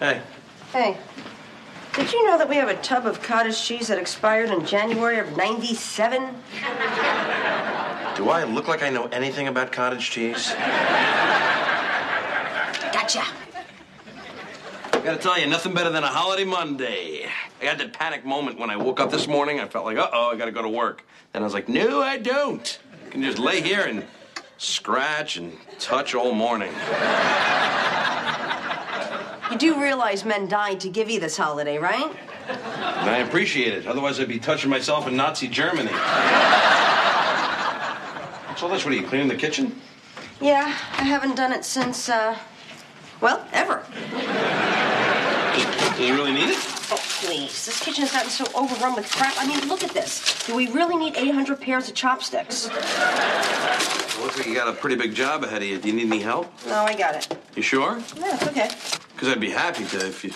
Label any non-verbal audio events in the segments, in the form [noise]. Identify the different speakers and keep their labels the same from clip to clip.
Speaker 1: Hey,
Speaker 2: Hey, did you know that we have a tub of cottage cheese that expired in January of 97?
Speaker 1: do I look like I know anything about cottage cheese?
Speaker 2: Gotcha.
Speaker 1: I gotta tell you, nothing better than a holiday Monday. I had that panic moment when I woke up this morning. I felt like, uh oh, I gotta go to work. Then I was like, no, I don't. I can just lay here and scratch and touch all morning.
Speaker 2: You do realize men died to give you this holiday, right?
Speaker 1: And I appreciate it. Otherwise, I'd be touching myself in Nazi Germany. So that's what are you cleaning the kitchen?
Speaker 2: Yeah, I haven't done it since, uh, well, ever.
Speaker 1: Does it really need it?
Speaker 2: Oh, please. This kitchen has gotten so overrun with crap. I mean, look at this. Do we really need 800 pairs of chopsticks?
Speaker 1: Well, looks like you got a pretty big job ahead of you. Do you need any help?
Speaker 2: No, I got it.
Speaker 1: You sure?
Speaker 2: No, it's okay.
Speaker 1: Because I'd be happy to if you.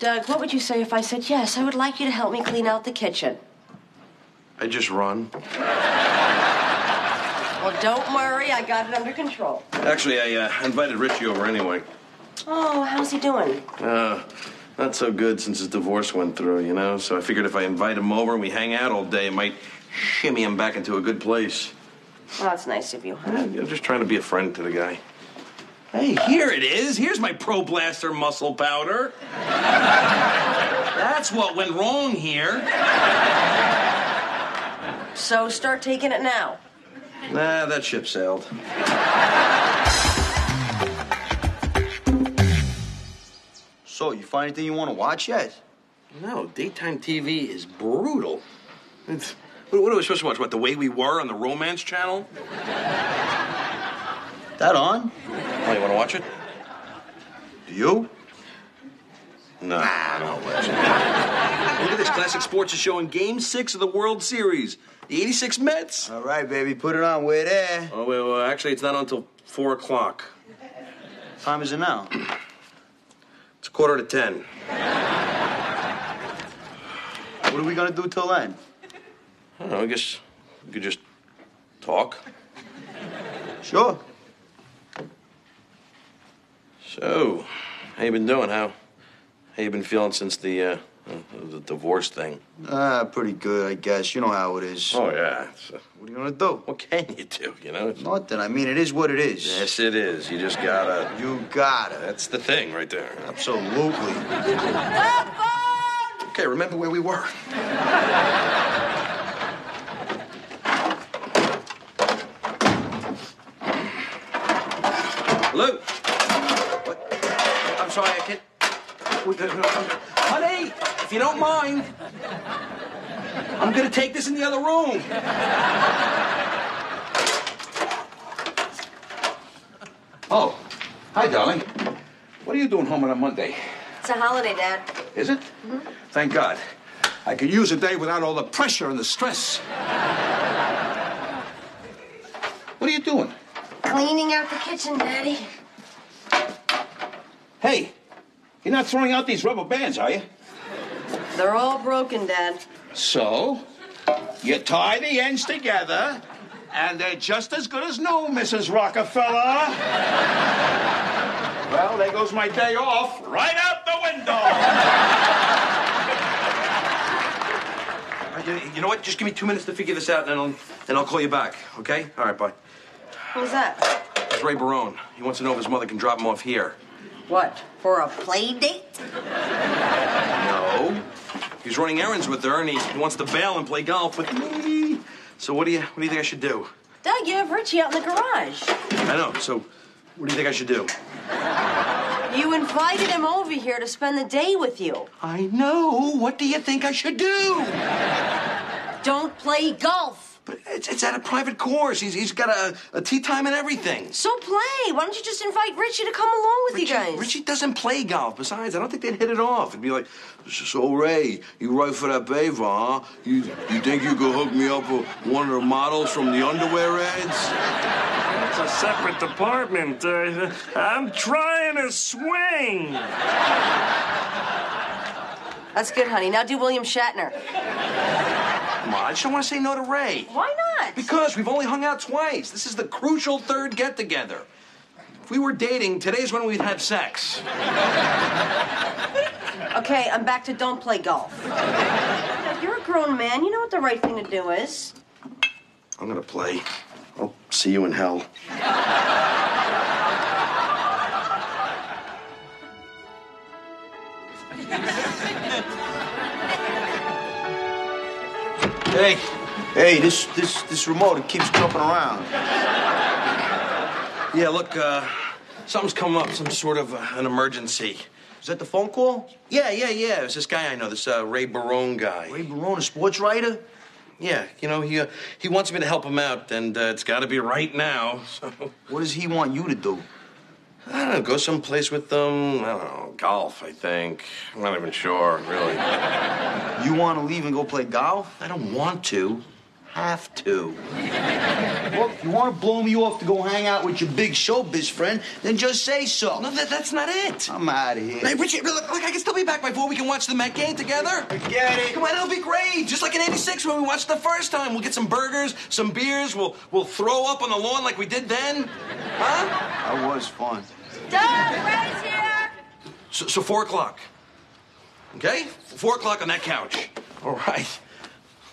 Speaker 2: Doug, what would you say if I said, yes, I would like you to help me clean out the kitchen?
Speaker 1: I just run.
Speaker 2: Well, don't worry. I got it under control.
Speaker 1: Actually, I uh, invited Richie over anyway.
Speaker 2: Oh, how's he doing?
Speaker 1: Uh, not so good since his divorce went through, you know? So I figured if I invite him over and we hang out all day, it might shimmy him back into a good place.
Speaker 2: Well, that's nice of you.
Speaker 1: Yeah, I'm just trying to be a friend to the guy. Hey, here it is. Here's my Pro Blaster muscle powder. [laughs] That's what went wrong here.
Speaker 2: So start taking it now.
Speaker 1: Nah, that ship sailed.
Speaker 3: So, you find anything you want to watch yet?
Speaker 1: No, daytime TV is brutal. It's, what, what are we supposed to watch? What, The Way We Were on the Romance Channel?
Speaker 3: That on?
Speaker 1: Oh, you want to watch it?
Speaker 3: Do you?
Speaker 1: No. Look at this. Classic Sports is showing Game 6 of the World Series. The 86 Mets.
Speaker 3: All right, baby, put it on. We're there.
Speaker 1: Oh, wait, well, actually, it's not until 4 o'clock.
Speaker 3: What time is it now?
Speaker 1: It's quarter to 10.
Speaker 3: What are we gonna do till then?
Speaker 1: I don't know, I guess we could just talk.
Speaker 3: Sure.
Speaker 1: So, how you been doing? How, how you been feeling since the, uh, uh, the divorce thing?
Speaker 3: Ah, pretty good, I guess. You know how it is.
Speaker 1: Oh, yeah. It's, uh,
Speaker 3: What are you gonna do?
Speaker 1: what can you do, you know? It's-
Speaker 3: Nothing. I mean, it is what it is.
Speaker 1: Yes, it is. You just gotta...
Speaker 3: You gotta.
Speaker 1: That's the thing right there.
Speaker 3: Absolutely.
Speaker 1: Okay, remember where we were. Hello? What? I'm sorry, I can't. Honey, if you don't mind, I'm gonna take this in the other room.
Speaker 4: Oh, hi, darling. What are you doing home on a Monday?
Speaker 2: It's a holiday, Dad. Mm-hmm.
Speaker 4: Is it? Thank God. I could use a day without all the pressure and the stress. what are you doing?
Speaker 2: Cleaning out the kitchen, Daddy.
Speaker 4: Hey, you're not throwing out these rubber bands, are you?
Speaker 2: They're all broken, Dad.
Speaker 4: So, you tie the ends together, and they're just as good as new, Mrs. Rockefeller. well, there goes my day off, right out the window.
Speaker 1: You, you know what? Just give me two minutes to figure this out, and then I'll, then I'll call you back, okay? All right, bye.
Speaker 2: Who's that?
Speaker 1: It's Ray Barone. He wants to know if his mother can drop him off here.
Speaker 2: What? For a play date?
Speaker 1: No. He's running errands with her, and he, he wants to bail and play golf with me. So what do you what do you think I should do?
Speaker 2: Doug, you have Richie out in the garage.
Speaker 1: I know. So what do you think I should do?
Speaker 2: You invited him over here to spend the day with you.
Speaker 1: I know. What do you think I should do?
Speaker 2: Don't play golf.
Speaker 1: But it's, it's at a private course. He's he's got a, a tea time and everything.
Speaker 2: So play. Why don't you just invite Richie to come along with you guys?
Speaker 1: Richie doesn't play golf. Besides, I don't think they'd hit it off. It'd be like, so Ray, you write for that paper, huh? You you think you could hook me up with one of the models from the underwear ads?
Speaker 5: It's a separate department. Uh, I'm trying to swing.
Speaker 2: That's good, honey. Now do William Shatner.
Speaker 1: Come on, I just don't want to say no to Ray.
Speaker 2: Why not?
Speaker 1: Because we've only hung out twice. This is the crucial third get together. If we were dating, today's when we'd have sex.
Speaker 2: Okay, I'm back to don't play golf. [laughs] Now, you're a grown man. You know what the right thing to do is.
Speaker 1: I'm gonna play. I'll see you in hell. hey,
Speaker 3: Hey, this this this remote it keeps jumping around.
Speaker 1: yeah, look, uh, something's come up, some sort of uh, an emergency.
Speaker 3: Is that the phone call?
Speaker 1: Yeah, yeah, yeah. It's this guy I know, this uh, Ray Barone guy.
Speaker 3: Ray Barone, a sports writer?
Speaker 1: Yeah, you know, he uh, he wants me to help him out, and uh, it's got to be right now. [laughs] So
Speaker 3: What does he want you to do?
Speaker 1: I don't know, go someplace with them. I don't know, golf. I think I'm not even sure, really. I
Speaker 3: You want to leave and go play golf?
Speaker 1: don't want to, have to.
Speaker 3: Well, if you want to blow me off to go hang out with your big showbiz friend, then just say so.
Speaker 1: No, that, that's not it.
Speaker 3: I'm out of here.
Speaker 1: Hey, Richie, look, look, I can still be back by four. We can watch the Met game together.
Speaker 3: Forget it.
Speaker 1: Come on, it'll be great. Just like in '86 when we watched the first time. We'll get some burgers, some beers. We'll we'll throw up on the lawn like we did then, huh?
Speaker 3: That was fun.
Speaker 1: So, so four o'clock. Okay? Four o'clock on that couch. All right.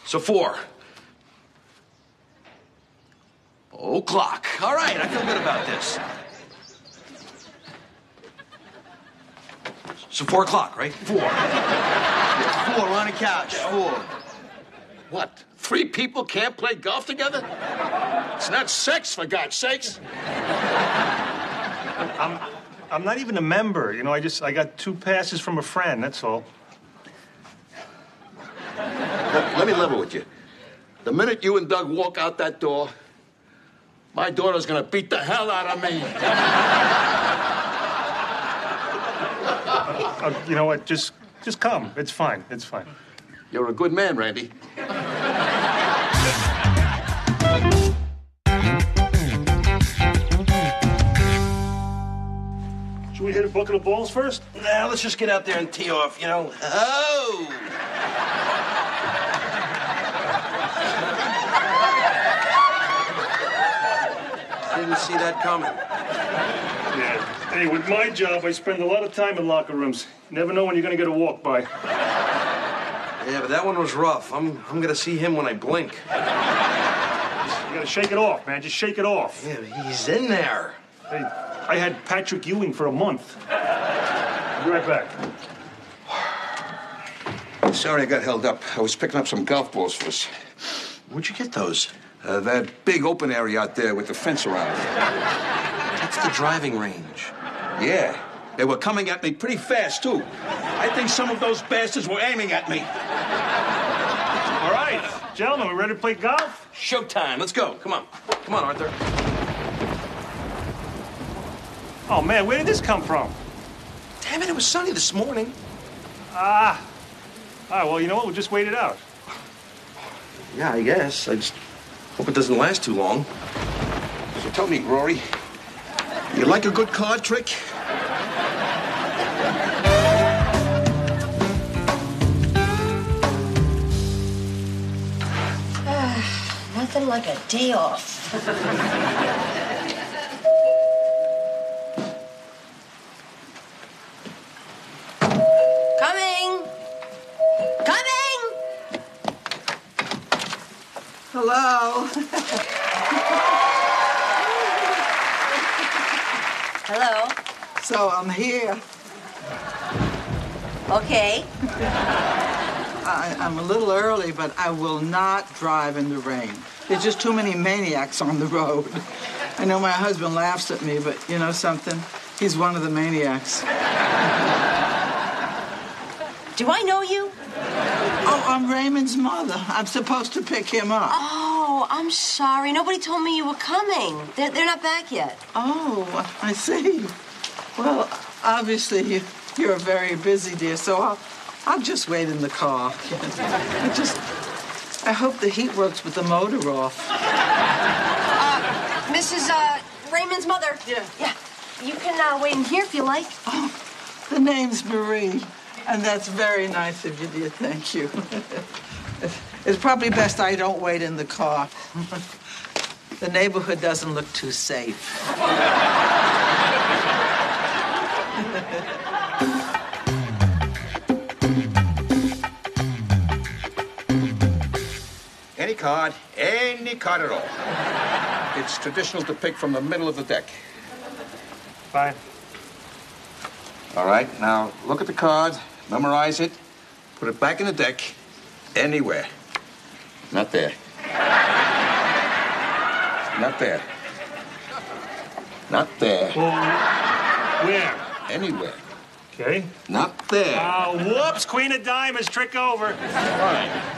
Speaker 1: So four. O'clock. All right, I feel good about this. So four o'clock, right? Four.
Speaker 3: Four on the couch. Four.
Speaker 6: What? Three people can't play golf together? It's not sex, for God's sakes.
Speaker 7: I'm not even a member. You know, I just I got two passes from a friend. That's all.
Speaker 6: Let, let me level with you. The minute you and Doug walk out that door, my daughter's gonna beat the hell out of me.
Speaker 7: Uh, you know what? Just just come. It's fine. It's fine.
Speaker 6: You're a good man, Randy.
Speaker 7: Should we hit a bucket of balls first?
Speaker 1: Now let's just get out there and tee off, you know. Oh! Didn't see that coming.
Speaker 7: Yeah. Hey, with my job, I spend a lot of time in locker rooms. Never know when you're gonna get a walk by.
Speaker 1: Yeah, but that one was rough. I'm I'm gonna see him when I blink.
Speaker 7: You gotta shake it off, man. Just shake it off.
Speaker 1: Yeah, he's in there.
Speaker 7: Hey, I had Patrick Ewing for a month. Be right back.
Speaker 8: Sorry I got held up. I was picking up some golf balls for us.
Speaker 1: Where'd you get those?
Speaker 8: Uh, that big open area out there with the fence around it.
Speaker 1: That's the driving range.
Speaker 8: Yeah. They were coming at me pretty fast, too. I think some of those bastards were aiming at me.
Speaker 7: All right, gentlemen, we ready to play golf?
Speaker 1: Showtime. Let's go. Come on. Come on, Arthur.
Speaker 7: Oh man, where did this come from?
Speaker 1: Damn it, it was sunny this morning.
Speaker 7: All right, well, you know what? We'll just wait it out.
Speaker 1: Yeah, I guess. I just hope it doesn't last too long.
Speaker 8: So tell me, Rory, you like a good card trick?
Speaker 2: Nothing like a day off. Coming! Coming! Hello. Hello.
Speaker 9: So I'm here.
Speaker 2: Okay.
Speaker 9: I, I'm a little early, but I will not drive in the rain. There's just too many maniacs on the road. I know my husband laughs at me, but you know something? He's one of the maniacs.
Speaker 2: Do I know you?
Speaker 9: Oh, I'm Raymond's mother. I'm supposed to pick him up.
Speaker 2: Oh, I'm sorry. Nobody told me you were coming. They're, they're not back yet.
Speaker 9: Oh, I see. Well, obviously you, you're very busy, dear. So I'll, I'll just wait in the [laughs] car. I just, I hope the heat works with the motor off.
Speaker 2: Mrs. Uh, Raymond's mother.
Speaker 9: Yeah.
Speaker 2: Yeah. Oh, You can uh, wait in here if you like.
Speaker 9: The name's Marie, and that's very nice of you, dear. Thank you. [laughs] it's probably best I don't wait in the [laughs] car. the neighborhood doesn't look too safe.
Speaker 8: Any card, any card at all. It's traditional to pick from the middle of the deck.
Speaker 7: Fine.
Speaker 8: All right, now look at the card, memorize it, put it back in the deck, anywhere. Not there. Not there. Not there.
Speaker 7: Where?
Speaker 8: Anywhere.
Speaker 7: Okay.
Speaker 8: Not there.
Speaker 7: Uh, whoops, Queen of Diamonds, trick over.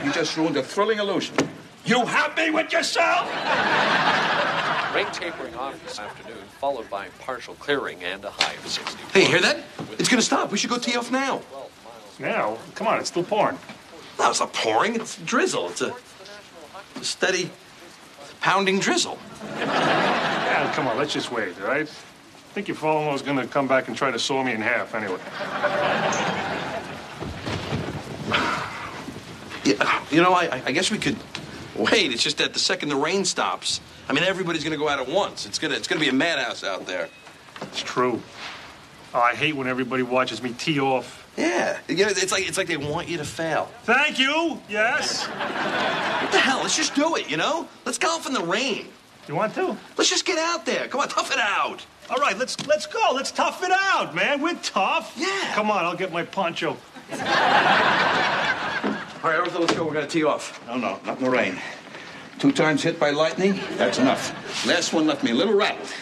Speaker 8: You just ruined a thrilling illusion.
Speaker 4: You happy with yourself?
Speaker 10: Rain tapering off this afternoon, followed by partial clearing and a high of 60.
Speaker 1: Hey, hear that? It's gonna stop. We should go tee off now.
Speaker 7: Now, come on, it's still pouring.
Speaker 1: That was a pouring. It's drizzle. It's a steady, pounding drizzle.
Speaker 7: Yeah, come on, let's just wait, all right? I think your father-in-law's gonna come back and try to saw me in half anyway.
Speaker 1: Yeah, you know, I, I guess we could wait. It's just that the second the rain stops, I mean, everybody's gonna go out at once. It's gonna, it's gonna be a madhouse out there.
Speaker 7: It's true. Oh, I hate when everybody watches me tee off.
Speaker 1: Yeah, you know, it's like, it's like they want you to fail.
Speaker 7: Thank you, yes.
Speaker 1: What the hell? Let's just do it. You know, let's golf in the rain.
Speaker 7: You want to?
Speaker 1: Let's just get out there. Come on, tough it out.
Speaker 7: All right, let's let's go. Let's tough it out, man. We're tough.
Speaker 1: Yeah.
Speaker 7: Come on, I'll get my poncho.
Speaker 1: All right, Arthur, let's go. We're gonna tee off.
Speaker 8: No, no, not in the rain. Two times hit by lightning, that's enough. Last one left me a little rattled.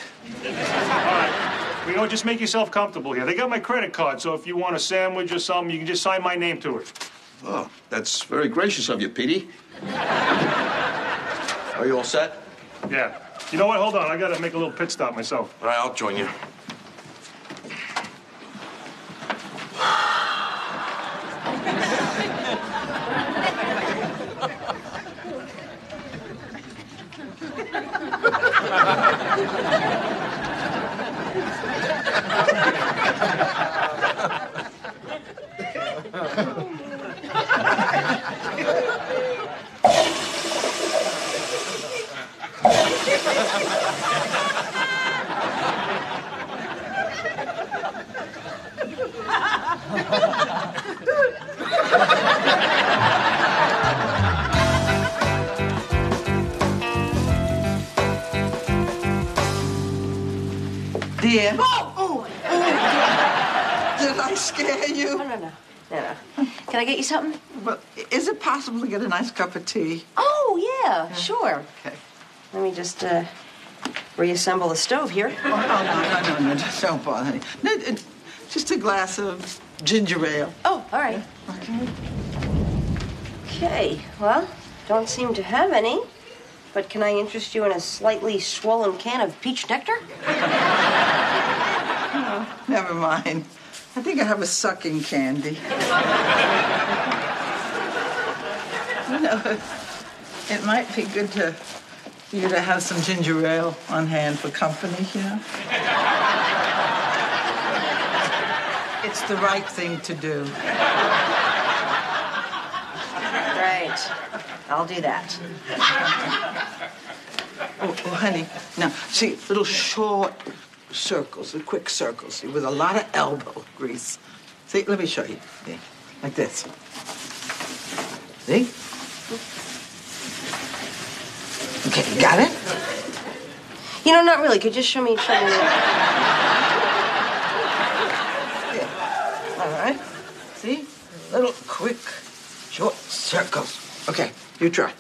Speaker 7: You know, just make yourself comfortable here. They got my credit card, so if you want a sandwich or something, you can just sign my name to it.
Speaker 8: Oh, that's very gracious of you, Petey.
Speaker 1: Are you all set?
Speaker 7: Yeah. You know what? Hold on, I gotta make a little pit stop myself.
Speaker 1: All right, I'll join you.
Speaker 9: Dear, did
Speaker 2: Oh, oh,
Speaker 9: I scare you?
Speaker 2: no, no, no, no, no. Can I get you something?
Speaker 9: Well, is it possible to get a nice cup of tea?
Speaker 2: Oh, yeah, sure.
Speaker 9: Okay.
Speaker 2: Let me just uh, reassemble the stove here.
Speaker 9: Oh, no, no, no, no, no, just don't bother me. No, it- just a glass of ginger ale.
Speaker 2: Oh, all right. Okay. Okay. Well, don't seem to have any. But can I interest you in a slightly swollen can of peach nectar?
Speaker 9: [laughs] Never mind. I think I have a sucking candy. [laughs] you know, it might be good to you to have some ginger ale on hand for company, you know. it's the right thing to do.
Speaker 2: Right. I'll do that.
Speaker 9: Oh, oh, honey, now see little short circles, the quick circles see, with a lot of elbow grease. See, let me show you. See, like this. See? Okay, you got it?
Speaker 2: You know, not really. Could you just show me? Show me.
Speaker 9: All right. See? Little quick short circles. Okay, you try.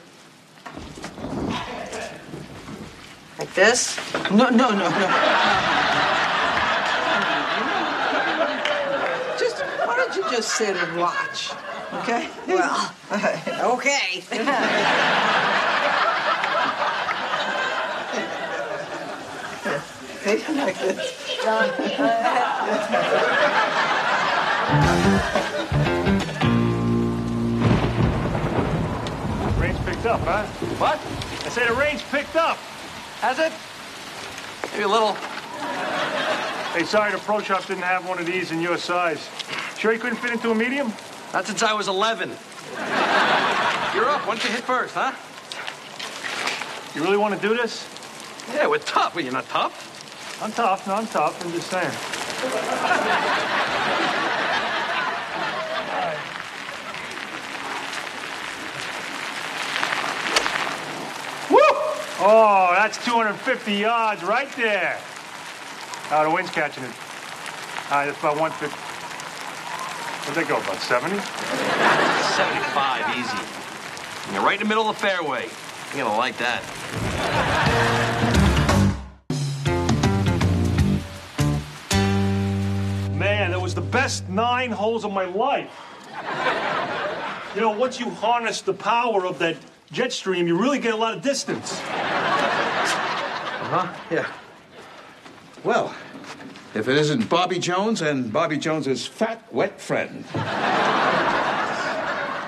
Speaker 2: Like this?
Speaker 9: No, no, no, no. Just why don't you just sit and watch? Okay? [laughs] Well,
Speaker 2: Okay.
Speaker 9: like this.
Speaker 7: Rain's picked up, huh?
Speaker 1: What?
Speaker 7: I say the rain's picked up.
Speaker 1: Has it? Maybe a little.
Speaker 7: Hey, sorry, the pro shop didn't have one of these in your size. Sure you couldn't fit into a medium?
Speaker 1: Not since I was 11. [laughs] You're up. Why don't you hit first, huh?
Speaker 7: You really want to do this?
Speaker 1: Yeah, we're tough. Well, you're not tough.
Speaker 7: I'm tough. No, I'm tough. I'm just saying. Woo! Oh, that's 250 yards right there. Now the wind's catching it. All right, that's about 150. Where'd that go? About 70?
Speaker 1: 75, easy. And you're right in the middle of the fairway. You're gonna like that.
Speaker 7: Man, that was the best nine holes of my life. You know, once you harness the power of that jet stream, you really get a lot of distance.
Speaker 8: Uh huh. Yeah. Well, if it isn't Bobby Jones and Bobby Jones's fat, wet friend.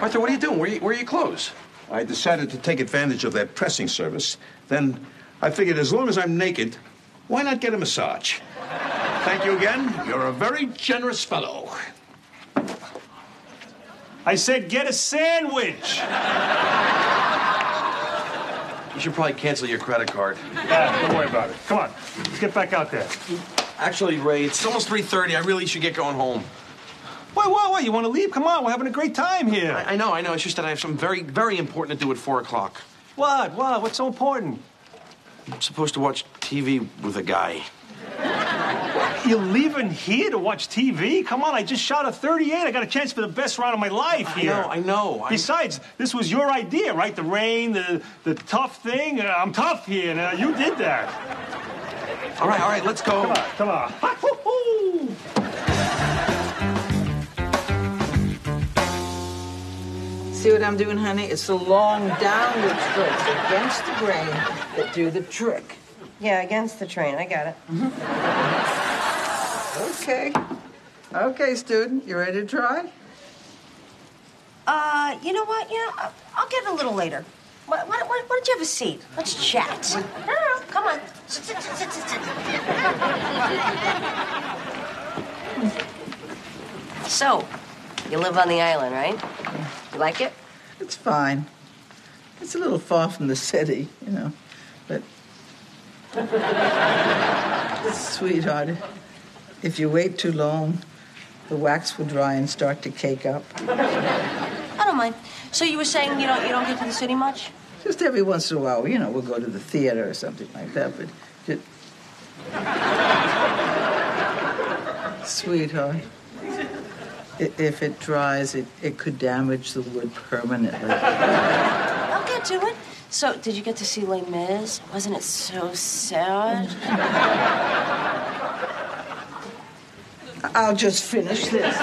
Speaker 8: Arthur, what are you doing? Where are, you, where are your clothes? I decided to take advantage of that pressing service. Then I figured as long as I'm naked, why not get a massage? Thank you again. You're a very generous fellow.
Speaker 7: I said, get a
Speaker 1: [laughs]
Speaker 7: sandwich.
Speaker 1: You should probably cancel your credit card.
Speaker 7: Yeah, don't worry about it. Come on, let's get back out there.
Speaker 1: Actually, Ray, it's almost 3.30. I really should get going home.
Speaker 7: Wait, wait, wait, you want to leave? Come on, we're having a great time here.
Speaker 1: I, I know, I know. It's just that I have something very, very important to do at 4 o'clock.
Speaker 7: What? What? What's so important?
Speaker 1: I'm supposed to watch TV with a guy.
Speaker 7: You're leaving here to watch TV? Come on, I just shot a 38. I got a chance for the best round of my life
Speaker 1: I
Speaker 7: here.
Speaker 1: know, I know. I-
Speaker 7: Besides, this was your idea, right? The rain, the, the tough thing. Uh, I'm tough here. Now, you did that.
Speaker 1: All right, all right, let's go.
Speaker 7: Come on, come on. Woo-hoo!
Speaker 9: See what I'm doing, honey? It's the long downward strokes against the grain that do the trick.
Speaker 2: Yeah, against the train. I got it.
Speaker 9: Okay. Okay, student, you ready to try?
Speaker 2: Uh, you know what? You know, I- I'll get it a little later. Why, why, why, why don't you have a seat? Let's chat. No, no, no, come on. Sit, sit, sit, sit, sit, sit. so, you live on the island, right? You like it?
Speaker 9: It's fine. It's a little far from the city, you know, but. [laughs] Sweetheart, if you wait too long, the wax will dry and start to cake up.
Speaker 2: I don't mind. So you were saying you don't you don't get to the city much?
Speaker 9: Just every once in a while, you know, we'll go to the theater or something like that, but. ju- Sweetheart, i- if it dries, it, it could damage the wood permanently.
Speaker 2: I'll get to it. So, did you get to see Les Mis? Wasn't it so sad?
Speaker 9: I'll just finish this.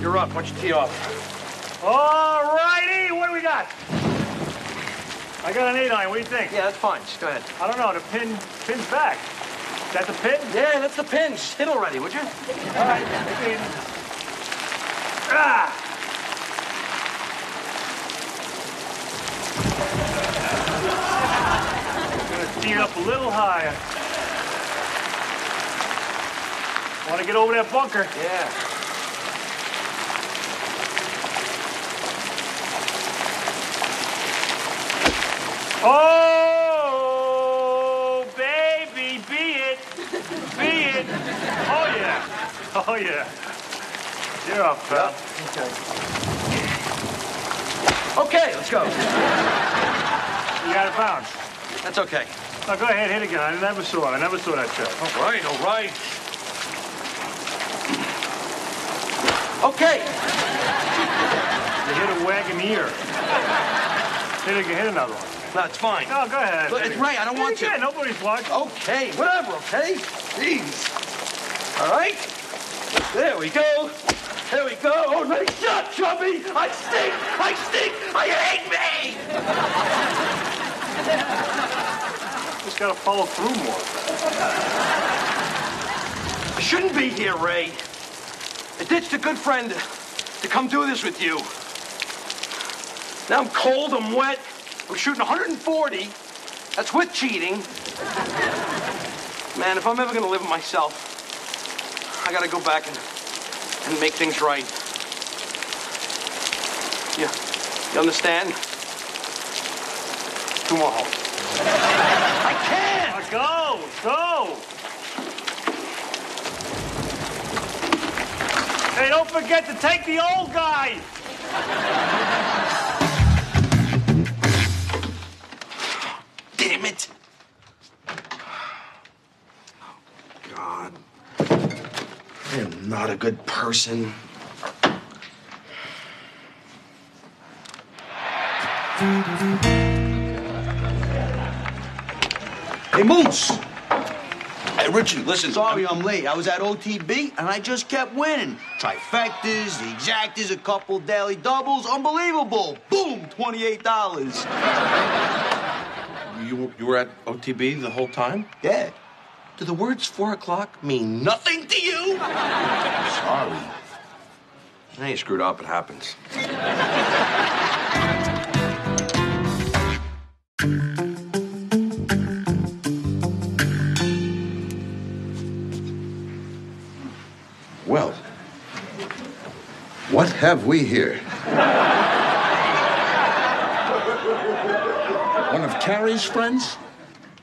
Speaker 1: You're up. Why don't you tee off?
Speaker 7: All righty, what do we got? I got an eight iron. What do you think?
Speaker 1: Yeah, that's fine. Just go ahead.
Speaker 7: I don't know. The pin pin's back. Is that the pin?
Speaker 1: Yeah, that's the pin. Just hit already, would you?
Speaker 7: All right. I mean, ah. Gonna tee it up a little higher. Want to get over that bunker?
Speaker 1: Yeah.
Speaker 7: Oh, baby, be it, be it. Oh yeah, oh yeah. You're up, pal.
Speaker 1: Okay, let's go.
Speaker 7: You got a bounce.
Speaker 1: That's okay.
Speaker 7: Now go ahead, hit again. I never saw it. I never saw that shot. Oh,
Speaker 1: All right, all right. Okay.
Speaker 7: You hit a Wagoneer. hit again. Hit another one.
Speaker 1: No, it's fine.
Speaker 7: No, go ahead.
Speaker 1: Look, it's Ray, I don't
Speaker 7: Hit
Speaker 1: want to.
Speaker 7: again. Nobody's watching.
Speaker 1: Okay, whatever, okay? Jeez. All right. There we go. There we go. Oh, nice shot, Chubby. I stink. I stink. I hate me.
Speaker 7: Just gotta follow through more.
Speaker 1: I shouldn't be here, Ray. I ditched a good friend to come do this with you. Now I'm cold, I'm wet. I'm shooting 140. That's with cheating. Man, if I'm ever gonna live with myself, I gotta go back and, and make things right. Yeah. You understand? Two more holes.
Speaker 7: I can't. Go, go. Hey, don't forget to take the old guy.
Speaker 1: Damn it! God. I am not a good person.
Speaker 11: Hey, Moose! Hey, Richard, listen. Sorry I'm late. I was at OTB and I just kept winning. Trifectas, the exactas, a couple daily doubles. Unbelievable. Boom, $28.
Speaker 1: You, you were at OTB the whole time?
Speaker 11: Yeah.
Speaker 1: Do the words four o'clock mean nothing to you? Sorry. Now you screwed up. It happens.
Speaker 3: Well, what have we here? One of Carrie's friends?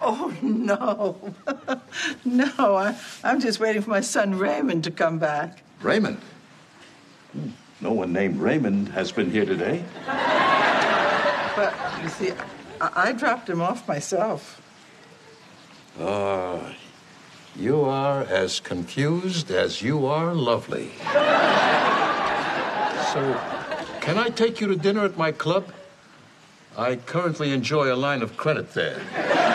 Speaker 9: Oh, [laughs] no. [laughs] no, I, I'm just waiting for my son Raymond to come back.
Speaker 12: Raymond. Hmm, No one named Raymond has been here today.
Speaker 9: But, you see, I, I dropped him off myself.
Speaker 3: Ah, you are as confused as you are lovely. so, can I take you to dinner at my club? I currently enjoy a line of credit there.